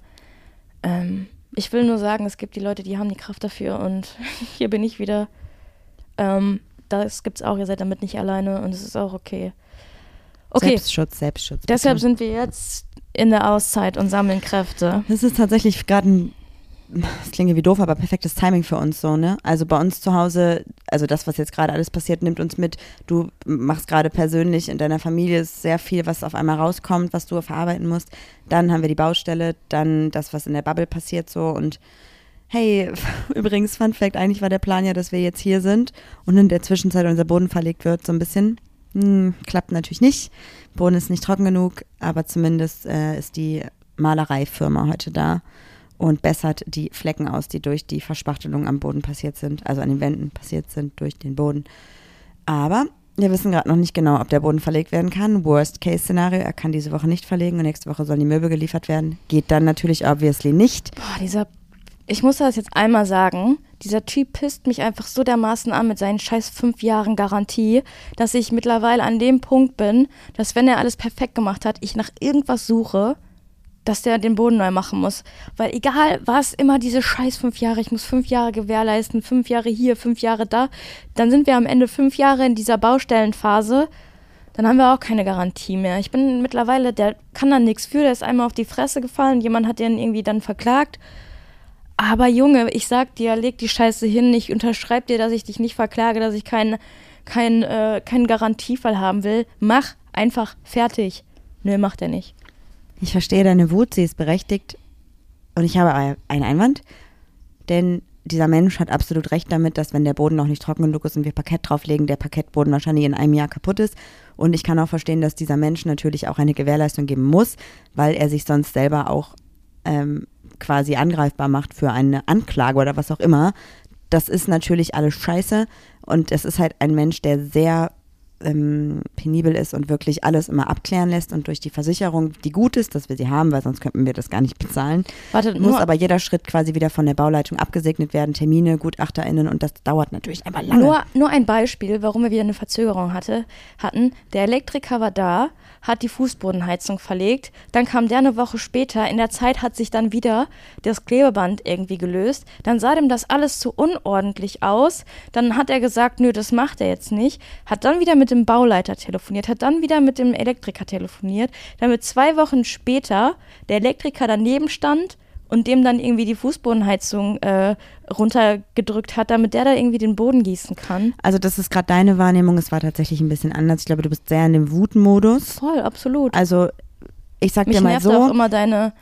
ähm, ich will nur sagen, es gibt die Leute, die haben die Kraft dafür und hier bin ich wieder. Ähm, das gibt's auch, ihr seid damit nicht alleine und es ist auch okay. Okay,
Selbstschutz, Selbstschutz. bitte.
deshalb sind wir jetzt in der Auszeit und sammeln Kräfte.
Das ist tatsächlich gerade ein, das klingt wie doof, aber perfektes Timing für uns so, ne? Also bei uns zu Hause, also das, was jetzt gerade alles passiert, nimmt uns mit. Du machst gerade persönlich in deiner Familie ist sehr viel, was auf einmal rauskommt, was du verarbeiten musst. Dann haben wir die Baustelle, dann das, was in der Bubble passiert so und hey, übrigens, Fun Fact, eigentlich war der Plan ja, dass wir jetzt hier sind und in der Zwischenzeit unser Boden verlegt wird, so ein bisschen. Hm, klappt natürlich nicht. Boden ist nicht trocken genug, aber zumindest äh, ist die Malereifirma heute da und bessert die Flecken aus, die durch die Verspachtelung am Boden passiert sind, also an den Wänden passiert sind, durch den Boden. Aber wir wissen gerade noch nicht genau, ob der Boden verlegt werden kann. Worst-Case-Szenario, er kann diese Woche nicht verlegen und nächste Woche sollen die Möbel geliefert werden. Geht dann natürlich obviously nicht.
Boah, dieser. Ich muss das jetzt einmal sagen. Dieser Typ pisst mich einfach so dermaßen an mit seinen scheiß fünf Jahren Garantie, dass ich mittlerweile an dem Punkt bin, dass wenn er alles perfekt gemacht hat, ich nach irgendwas suche, dass der den Boden neu machen muss. Weil egal was, immer diese scheiß fünf Jahre, ich muss fünf Jahre gewährleisten, fünf Jahre hier, fünf Jahre da. Dann sind wir am Ende fünf Jahre in dieser Baustellenphase. Dann haben wir auch keine Garantie mehr. Ich bin mittlerweile, der kann da nichts für, der ist einmal auf die Fresse gefallen, jemand hat den irgendwie dann verklagt. Aber Junge, ich sag dir, leg die Scheiße hin. Ich unterschreib dir, dass ich dich nicht verklage, dass ich keinen kein, äh, keinen Garantiefall haben will. Mach einfach fertig. Nö, macht er nicht.
Ich verstehe deine Wut, sie ist berechtigt. Und ich habe ein- einen Einwand, denn dieser Mensch hat absolut recht damit, dass wenn der Boden noch nicht trocken genug ist und wir Parkett drauflegen, der Parkettboden wahrscheinlich in einem Jahr kaputt ist. Und ich kann auch verstehen, dass dieser Mensch natürlich auch eine Gewährleistung geben muss, weil er sich sonst selber auch ähm, quasi angreifbar macht für eine Anklage oder was auch immer. Das ist natürlich alles scheiße und es ist halt ein Mensch, der sehr ähm, penibel ist und wirklich alles immer abklären lässt und durch die Versicherung, die gut ist, dass wir sie haben, weil sonst könnten wir das gar nicht bezahlen.
Wartet,
muss
nur-
aber jeder Schritt quasi wieder von der Bauleitung abgesegnet werden, Termine, GutachterInnen und das dauert natürlich einfach lange.
Nur, nur ein Beispiel, warum wir wieder eine Verzögerung hatte, hatten. Der Elektriker war da, hat die Fußbodenheizung verlegt, dann kam der eine Woche später, in der Zeit hat sich dann wieder das Klebeband irgendwie gelöst, dann sah dem das alles zu unordentlich aus, dann hat er gesagt, nö, das macht er jetzt nicht, hat dann wieder mit dem Bauleiter telefoniert, hat dann wieder mit dem Elektriker telefoniert, damit zwei Wochen später der Elektriker daneben stand und dem dann irgendwie die Fußbodenheizung äh, runtergedrückt hat, damit der da irgendwie den Boden gießen kann.
also das ist gerade deine Wahrnehmung, es war tatsächlich ein bisschen anders. Ich glaube, du bist sehr in dem Wutmodus.
Voll, absolut.
Also ich sag
Mich
dir mal
nervt
so,
auch immer deine,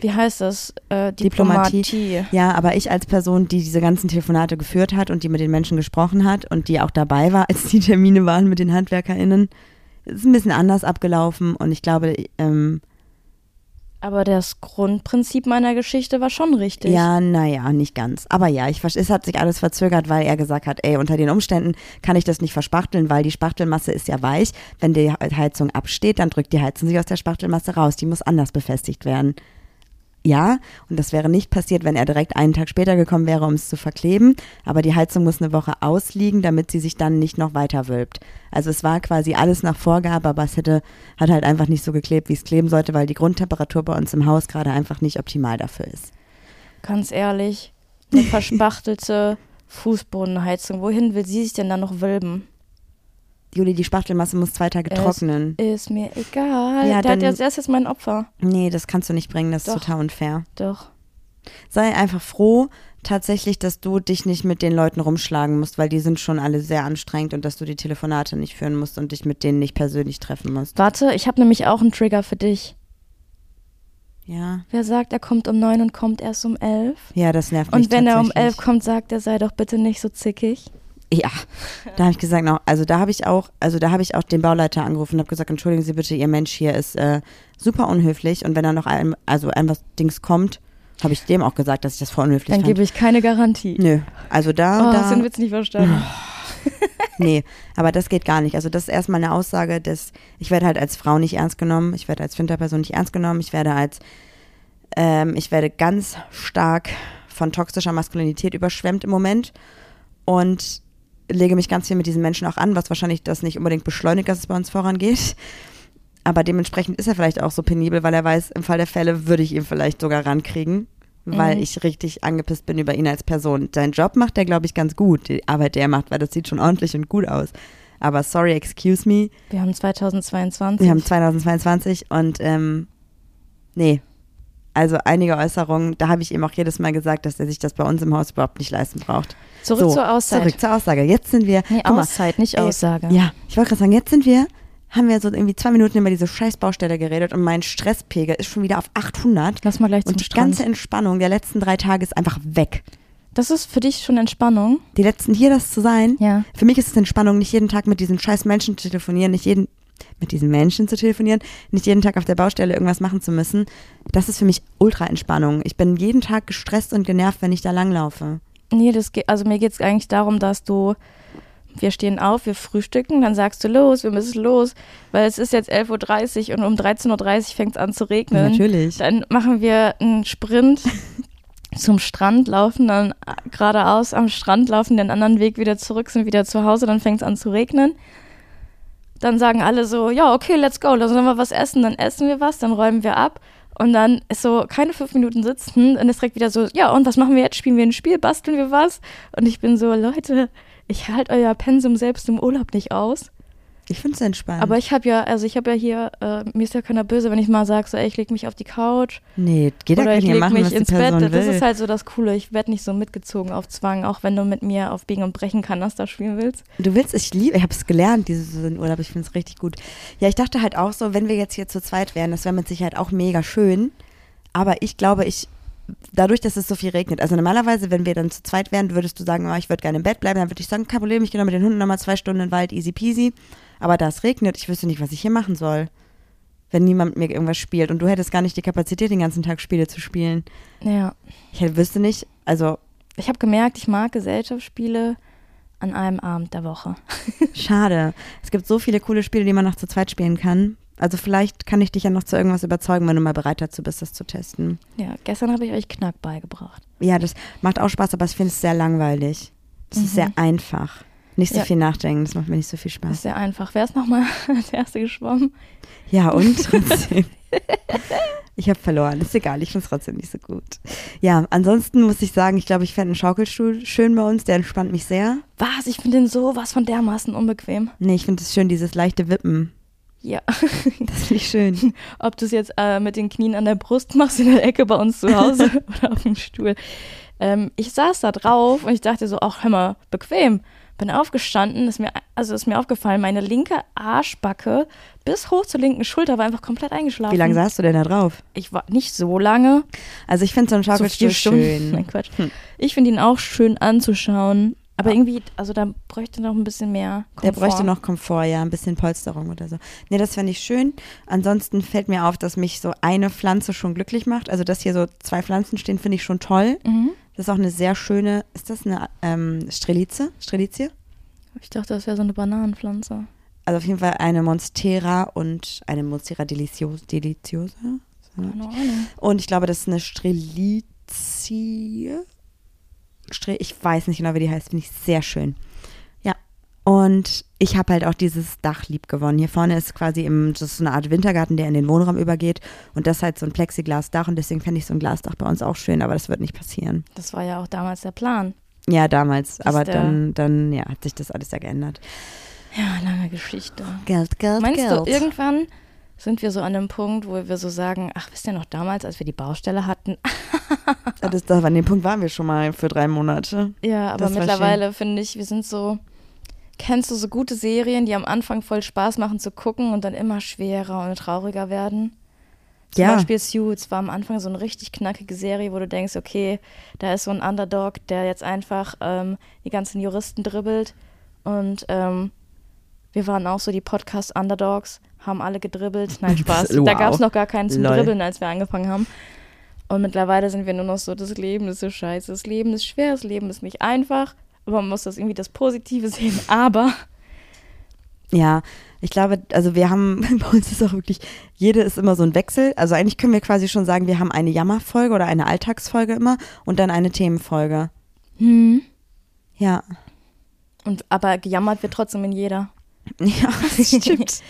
wie heißt das, äh, Diplomatie.
Diplomatie. Ja, aber ich als Person, die diese ganzen Telefonate geführt hat und die mit den Menschen gesprochen hat und die auch dabei war, als die Termine waren mit den HandwerkerInnen, ist ein bisschen anders abgelaufen und ich glaube, ähm,
Aber das Grundprinzip meiner Geschichte war schon richtig.
ja, naja, nicht ganz. Aber ja, ich, verste- es hat sich alles verzögert, weil er gesagt hat, ey, unter den Umständen kann ich das nicht verspachteln, weil die Spachtelmasse ist ja weich. Wenn die Heizung absteht, dann drückt die Heizung sich aus der Spachtelmasse raus. Die muss anders befestigt werden. Ja, und das wäre nicht passiert, wenn er direkt einen Tag später gekommen wäre, um es zu verkleben. Aber die Heizung muss eine Woche ausliegen, damit sie sich dann nicht noch weiter wölbt. Also es war quasi alles nach Vorgabe, aber es hätte, hat halt einfach nicht so geklebt, wie es kleben sollte, weil die Grundtemperatur bei uns im Haus gerade einfach nicht optimal dafür ist.
Ganz ehrlich, eine verspachtelte Fußbodenheizung. Wohin will sie sich denn da noch wölben?
Juli, die Spachtelmasse muss zwei Tage trocknen.
Ist mir egal.
Ja,
der, hat
dann-
ja, der ist jetzt mein Opfer.
Nee, das kannst du nicht bringen, das
Doch.
ist total unfair.
Doch.
Sei einfach froh, tatsächlich, dass du dich nicht mit den Leuten rumschlagen musst, weil die sind schon alle sehr anstrengend und dass du die Telefonate nicht führen musst und dich mit denen nicht persönlich treffen musst.
Warte, ich habe nämlich auch einen Trigger für dich.
Ja.
Wer sagt, er kommt um neun und kommt erst um elf?
Ja, das nervt mich
Und wenn er um elf
tatsächlich.
kommt, sagt er, sei doch bitte nicht so zickig.
Ja, da habe ich gesagt, no, also da habe ich auch, also da habe ich auch den Bauleiter angerufen und habe gesagt, entschuldigen Sie bitte, Ihr Mensch hier ist äh, super unhöflich und wenn er noch ein, also ein was Dings kommt, habe ich dem auch gesagt, dass ich das voll unhöflich
Dann
fand.
gebe ich keine Garantie.
Nö, also da,
Oh,
da
hast du den Witz nicht verstanden?
Nee, aber das geht gar nicht. Also das ist erstmal eine Aussage, dass ich werde halt als Frau nicht ernst genommen, ich werde als Finterperson nicht ernst genommen, ich werde als, ähm, ich werde ganz stark von toxischer Maskulinität überschwemmt im Moment und lege mich ganz viel mit diesen Menschen auch an, was wahrscheinlich das nicht unbedingt beschleunigt, dass es bei uns vorangeht. Aber dementsprechend ist er vielleicht auch so penibel, weil er weiß, im Fall der Fälle würde ich ihn vielleicht sogar rankriegen, weil
Mhm.
ich richtig angepisst bin über ihn als Person. Seinen Job macht er, glaube ich, ganz gut, die Arbeit, die er macht, weil das sieht schon ordentlich und gut aus. Aber sorry, excuse me,
Wir haben 2022.
wir haben 2022 und ähm, nee, also einige Äußerungen, da habe ich ihm auch jedes Mal gesagt, dass er sich das bei uns im Haus überhaupt nicht leisten braucht.
Zurück zur Aussage.
Zurück zur Aussage. Jetzt sind wir.
Nee,
guck mal,
Auszeit, nicht
ey,
Aussage.
Ja, ich wollte gerade sagen, jetzt sind wir, haben wir so irgendwie zwei Minuten über diese scheiß Baustelle geredet und mein Stresspegel ist schon wieder auf 800.
Lass mal gleich zum
Und die
Strand.
ganze Entspannung der letzten drei Tage ist einfach weg.
Das ist für dich schon Entspannung.
Die letzten hier das zu sein.
Ja.
Für mich ist es Entspannung, nicht jeden Tag mit diesen scheiß Menschen zu telefonieren, nicht jeden mit diesen Menschen zu telefonieren, nicht jeden Tag auf der Baustelle irgendwas machen zu müssen. Das ist für mich ultra Entspannung. Ich bin jeden Tag gestresst und genervt, wenn ich da langlaufe.
Nee, das geht, also mir geht es eigentlich darum, dass du, wir stehen auf, wir frühstücken, dann sagst du los, wir müssen los, weil es ist jetzt 11.30 Uhr und um 13.30 Uhr fängt es an zu regnen.
Natürlich.
Dann machen wir einen Sprint zum Strand, laufen dann geradeaus am Strand, laufen den anderen Weg wieder zurück, sind wieder zu Hause, dann fängt es an zu regnen. Dann sagen alle so, ja, okay, let's go, dann sollen wir was essen, dann essen wir was, dann räumen wir ab. Und dann ist so, keine fünf Minuten sitzen, dann ist direkt wieder so, ja, und was machen wir jetzt? Spielen wir ein Spiel, basteln halt wir was? Und ich bin so, Leute, ich halte euer Pensum selbst im Urlaub nicht aus.
Ich finde es entspannt.
Aber ich habe ja, also ich habe ja hier, äh, mir ist ja keiner böse, wenn ich mal sage, so, ey, ich leg mich auf die Couch
nee, jeder
oder
kann
ich
hier
leg
machen, was
mich
die
ins Bett.
Person will.
Das ist halt so das Coole. Ich werde nicht so mitgezogen auf Zwang, auch wenn du mit mir auf Biegen und Brechen Kanaster spielen willst.
Du willst, ich liebe, ich habe es gelernt, dieses in Urlaub, ich finde es richtig gut. Ja, ich dachte halt auch so, wenn wir jetzt hier zu zweit wären, das wäre mit Sicherheit auch mega schön. Aber ich glaube, ich, dadurch, dass es so viel regnet, also normalerweise, wenn wir dann zu zweit wären, würdest du sagen, ah, ich würde gerne im Bett bleiben, dann würde ich sagen, kein Problem, ich gehe noch mit den Hunden nochmal zwei Stunden in den Wald, easy peasy. Aber da es regnet, ich wüsste nicht, was ich hier machen soll. Wenn niemand mit mir irgendwas spielt und du hättest gar nicht die Kapazität, den ganzen Tag Spiele zu spielen.
Ja.
Ich hätte, wüsste nicht, also
Ich habe gemerkt, ich mag Gesellschaftsspiele an einem Abend der Woche.
Schade. Es gibt so viele coole Spiele, die man noch zu zweit spielen kann. Also vielleicht kann ich dich ja noch zu irgendwas überzeugen, wenn du mal bereit dazu bist, das zu testen.
Ja, gestern habe ich euch Knack beigebracht.
Ja, das macht auch Spaß, aber ich finde es sehr langweilig. Das ist sehr einfach. Nicht so
Ja.
viel nachdenken, das macht mir nicht so viel
Das ist
Spaß.
sehr einfach. Wer ist nochmal als Erste geschwommen?
Ja, und trotzdem. ich habe verloren, ist egal, ich finde es trotzdem nicht so gut. Ja, ansonsten muss ich sagen, ich glaube, ich fände einen Schaukelstuhl schön bei uns, der entspannt mich sehr.
Was? Ich finde den sowas von dermaßen unbequem.
Nee, ich finde es schön, dieses leichte Wippen.
Ja.
Das finde ich schön.
ob du es jetzt äh, mit den Knien an der Brust machst in der Ecke bei uns zu Hause oder auf dem Stuhl. Ähm, ich saß da drauf und ich dachte so, ach hör mal, bequem. Bin aufgestanden, ist mir, also ist mir aufgefallen, meine linke Arschbacke bis hoch zur linken Schulter war einfach komplett eingeschlafen.
Wie lange saßt du denn da drauf?
Ich war nicht so lange,
Also ich finde so einen
so vier
Schaukelstuhl
Stunden.
schön. Hm.
Nein, Quatsch. Ich finde ihn auch schön anzuschauen, aber irgendwie, also da bräuchte noch ein bisschen mehr
Der
Komfort.
bräuchte noch Komfort, ja, ein bisschen Polsterung oder so. Nee, das fände ich schön. Ansonsten fällt mir auf, dass mich so eine Pflanze schon glücklich macht. Also, dass hier so zwei Pflanzen stehen, finde ich schon toll.
Mhm.
Das ist auch eine sehr schöne, ist das eine ähm, Strelize? Strelizie?
Ich dachte, das wäre so eine Bananenpflanze.
Also auf jeden Fall eine Monstera und eine Monstera delicios- deliciosa.
Keine Ahnung.
Und ich glaube, das ist eine Strelizie. Stre ich weiß nicht genau, wie die heißt. Finde ich sehr schön. Ja. Und ich habe halt auch dieses Dach lieb gewonnen. Hier vorne ist quasi im, das ist so eine Art Wintergarten, der in den Wohnraum übergeht. Und das ist halt so ein Plexiglasdach. Und deswegen fände ich so ein Glasdach bei uns auch schön. Aber das wird nicht passieren.
Das war ja auch damals der Plan.
Ja, damals.
Ist
aber
der-
dann, dann ja, hat sich das alles ja geändert.
Ja, lange Geschichte.
Geld, Geld,
Meinst
Geld.
du, irgendwann sind wir so an einem Punkt, wo wir so sagen, ach, wisst ihr noch damals, als wir die Baustelle hatten?
Ja, das, das, an dem Punkt waren wir schon mal für drei Monate.
Ja, aber
Das war
mittlerweile finde ich, wir sind so, kennst du so gute Serien, die am Anfang voll Spaß machen zu gucken und dann immer schwerer und trauriger werden? Zum
Ja.
Beispiel Suits war am Anfang so eine richtig knackige Serie, wo du denkst, okay, da ist so ein Underdog, der jetzt einfach ähm, die ganzen Juristen dribbelt. Und ähm, wir waren auch so die Podcast-Underdogs, haben alle gedribbelt. Nein, Spaß. Da
Wow.
gab es noch gar keinen zum
Lol.
Dribbeln, als wir angefangen haben. Und mittlerweile sind wir nur noch so, das Leben ist so scheiße, das Leben ist schwer, das Leben ist nicht einfach, aber man muss das irgendwie das Positive sehen. Aber
Ja, ich glaube, also wir haben, bei uns ist auch wirklich, jede ist immer so ein Wechsel. Also eigentlich können wir quasi schon sagen, wir haben eine Jammerfolge oder eine Alltagsfolge immer und dann eine Themenfolge. Hm. Ja.
und aber gejammert wird trotzdem in jeder.
Ja, das stimmt.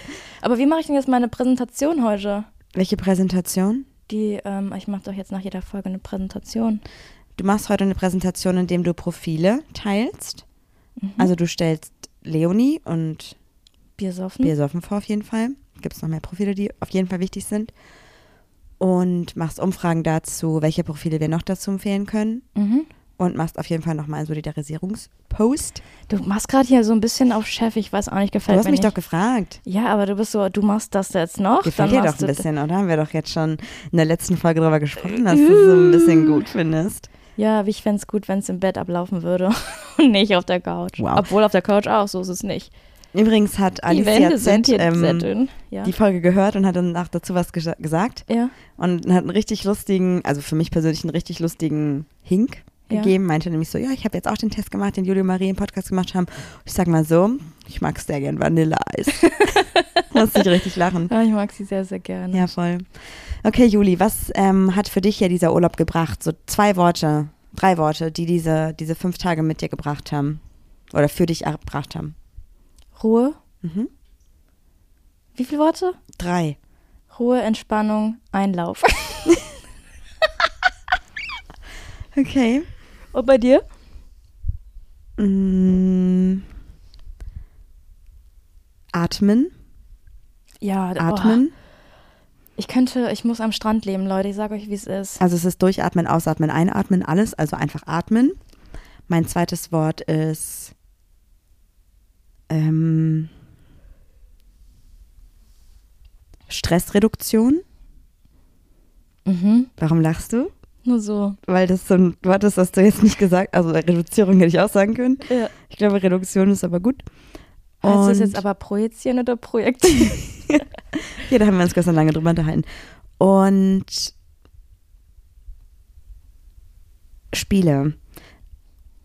aber wie mache ich denn jetzt meine Präsentation heute?
Welche Präsentation?
Die, ähm, ich mache doch jetzt nach jeder Folge eine Präsentation.
Du machst heute eine Präsentation, indem du Profile teilst. Also du stellst Leonie und
Biersoffen.
Bier soffen vor auf jeden Fall. Gibt es noch mehr Profile, die auf jeden Fall wichtig sind. Und machst Umfragen dazu, welche Profile wir noch dazu empfehlen können.
Mhm.
und machst auf jeden Fall nochmal einen Solidarisierungspost.
Du machst gerade hier so ein bisschen auf Chef, ich weiß auch nicht,
Du
gefällt
hast
mir
mich
nicht.
doch gefragt.
ja, aber du bist so, du machst das jetzt noch.
Gefällt dir
dann
doch
machst
ein
du-
bisschen, oder? Haben wir doch jetzt schon in der letzten Folge drüber gesprochen, dass du es so ein
Äh.
bisschen gut findest.
Ja, aber ich fände es gut, wenn es im Bett ablaufen würde und nicht auf der Couch.
Wow.
Obwohl auf der Couch auch, so ist es nicht.
Übrigens hat
Die
Alicia
Wände
Z
sind hier sehr
ähm,
dünn. Ja.
die Folge gehört und hat dann auch dazu was gesa- gesagt
ja.
und hat einen richtig lustigen, also für mich persönlich einen richtig lustigen Hink
Ja.
gegeben, meinte nämlich so, ja, ich habe jetzt auch den Test gemacht, den Julio und Marie im Podcast gemacht haben. Ich sag mal so, ich mag sehr gern Vanilleeis. Musste ich richtig lachen.
ja, ich mag sie sehr, sehr gerne.
Ja, voll. Okay, Juli, was ähm, hat für dich ja dieser Urlaub gebracht? So zwei Worte, drei Worte, die diese, diese fünf Tage mit dir gebracht haben. Oder für dich erbracht haben.
Ruhe.
Mhm.
Wie viele Worte?
Drei.
Ruhe, Entspannung, Einlauf.
Okay.
und bei dir?
Mm. Atmen,
Ja,
atmen.
Oh, ich könnte, ich muss am Strand leben, Leute. Ich sage euch, wie es ist.
Also es ist durchatmen, ausatmen, einatmen, alles, also einfach atmen. Mein zweites Wort ist ähm, Stressreduktion.
Mhm.
Warum lachst du?
Nur so.
Weil das so ein Wort ist, das du jetzt nicht gesagt Also Reduzierung hätte ich auch sagen können.
Ja.
Ich glaube, Reduktion ist aber gut.
Heißt das
Und-
jetzt aber projizieren oder projektieren?
Ja, da haben wir uns gestern lange drüber unterhalten. Und Spiele.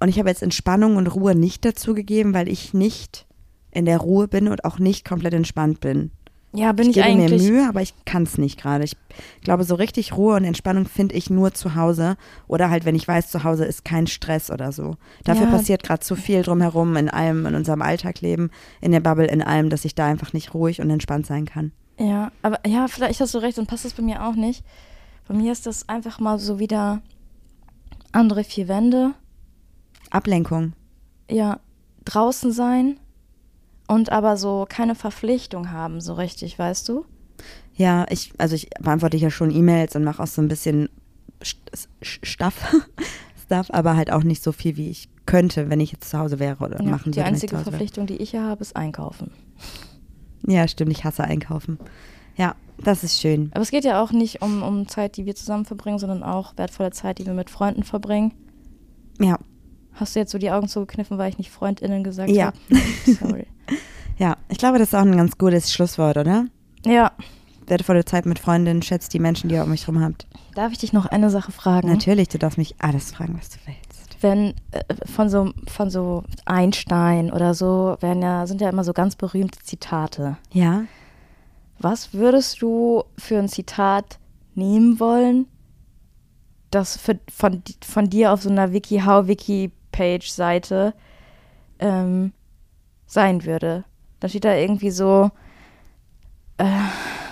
Und ich habe jetzt Entspannung und Ruhe nicht dazu gegeben, weil ich nicht in der Ruhe bin und auch nicht komplett entspannt bin.
ja, bin ich,
gebe mir
eigentlich.
Mühe, aber ich kann es nicht gerade. Ich glaube, so richtig Ruhe und Entspannung finde ich nur zu Hause. Oder halt, wenn ich weiß, zu Hause ist kein Stress oder so. Dafür
Ja.
passiert gerade zu viel drumherum in allem, in unserem Alltagleben, in der Bubble, in allem, dass ich da einfach nicht ruhig und entspannt sein kann.
Ja, aber ja, vielleicht hast du recht, dann passt das bei mir auch nicht. Bei mir ist das einfach mal so wieder andere vier Wände.
Ablenkung.
Ja, draußen sein und aber so keine Verpflichtung haben, so richtig, weißt du?
Ja, ich, also ich beantworte ja schon E-Mails und mache auch so ein bisschen St- S- Sch- Stuff, Stuff, aber halt auch nicht so viel, wie ich könnte, wenn ich jetzt zu Hause wäre oder
Ja,
machen
die
würde. wenn ich
einzige
zu Hause wäre.
Verpflichtung, die ich hier habe, ist einkaufen.
Ja, stimmt, ich hasse einkaufen. Ja, das ist schön.
Aber es geht ja auch nicht um, um Zeit, die wir zusammen verbringen, sondern auch wertvolle Zeit, die wir mit Freunden verbringen.
Ja,
Hast du jetzt so die Augen zugekniffen, weil ich nicht FreundInnen gesagt
Ja.
habe? Sorry.
ja, ich glaube, das ist auch ein ganz gutes Schlusswort, oder?
Ja,
Wertvolle Zeit mit Freundinnen, schätzt die Menschen, die ihr um mich rum habt.
darf ich dich noch eine Sache fragen?
Natürlich, du darfst mich alles fragen, was du willst.
wenn äh, von so von so Einstein oder so werden ja sind ja immer so ganz berühmte Zitate.
Ja,
Was würdest du für ein Zitat nehmen wollen, das für, von von dir auf so einer WikiHow Wiki Page Seite ähm, sein würde? Da steht da irgendwie so äh,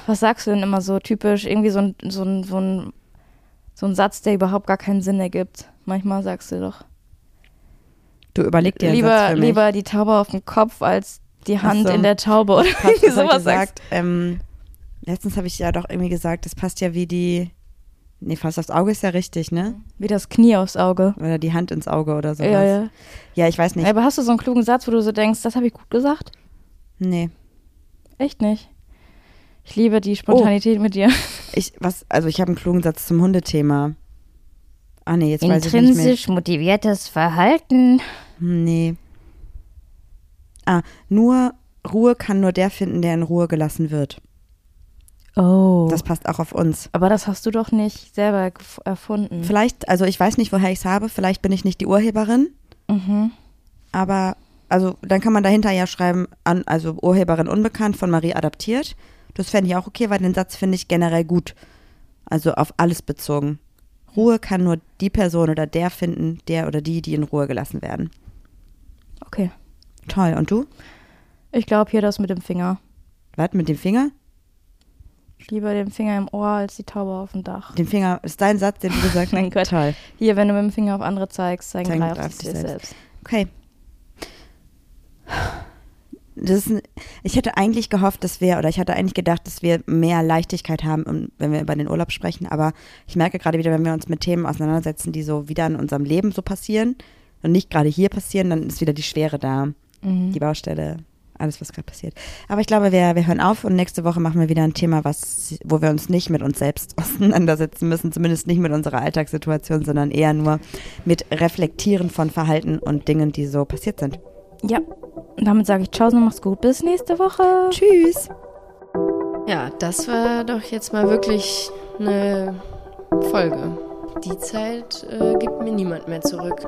was sagst du denn immer so typisch irgendwie so ein, so ein, so ein so ein Satz, der überhaupt gar keinen Sinn ergibt. Manchmal sagst du doch
du überleg dir einen Satz
lieber,
für mich.
lieber die Taube auf dem Kopf als die Hand
so.
in der Taube oder
Hast du
irgendwie
das heute
sowas sagst.
gesagt? Ähm, letztens habe ich ja doch irgendwie gesagt, das passt ja wie die. Nee, fast aufs Auge ist ja richtig, ne?
Wie das Knie aufs Auge.
Oder die Hand ins Auge oder sowas.
Mhm. Ja, ja. Äh,
ja ich weiß nicht.
Aber hast du so einen klugen Satz, wo du so denkst, das habe ich gut gesagt?
Nee.
Echt nicht. Ich liebe die Spontanität mit dir.
Ich, was, also ich habe einen klugen Satz zum Hundethema. Ah, nee, jetzt weiß ich nicht mehr. Hm,
Intrinsisch motiviertes Verhalten.
Nee. Ah, nur Ruhe kann nur der finden, der in Ruhe gelassen wird.
Oh.
Das passt auch auf uns.
aber das hast du doch nicht selber gef-
Mhm.
erfunden.
Vielleicht, also ich weiß nicht, woher ich es habe. Vielleicht bin ich nicht die Urheberin.
Mhm.
Aber, also dann kann man dahinter ja schreiben, an, also Urheberin unbekannt von Marie adaptiert. Das fände ich auch okay, weil den Satz finde ich generell gut. Also auf alles bezogen. Ruhe kann nur die Person oder der finden, der oder die, die in Ruhe gelassen werden.
Okay.
Toll. Und du?
Ich glaube hier das mit dem Finger.
Was mit dem Finger?
Lieber den Finger im Ohr als die Taube auf dem Dach.
Den Finger ist dein Satz, den du gesagt hast.
Mein Gott.
Toll.
Hier, wenn du mit dem Finger auf andere zeigst, zeigen
Zeigen
drei auf
drei
dich selbst.
Okay. Das ist ein, ich hätte eigentlich gehofft, dass wir, oder ich hatte eigentlich gedacht, dass wir mehr Leichtigkeit haben, um- wenn wir über den Urlaub sprechen. Aber ich merke gerade wieder, wenn wir uns mit Themen auseinandersetzen, die so wieder in unserem Leben so passieren und nicht gerade hier passieren, dann ist wieder die Schwere da.
Mhm.
Die Baustelle, alles, was gerade passiert. Aber ich glaube, wir, wir hören auf und nächste Woche machen wir wieder ein Thema, was, wo wir uns nicht mit uns selbst auseinandersetzen müssen, zumindest nicht mit unserer Alltagssituation, sondern eher nur mit Reflektieren von Verhalten und Dingen, die so passiert sind.
Ja. Und damit sage ich Tschaußen, mach's gut. Bis nächste Woche.
Tschüss!
Ja, das war doch jetzt mal wirklich eine Folge. Die Zeit äh, gibt mir niemand mehr zurück.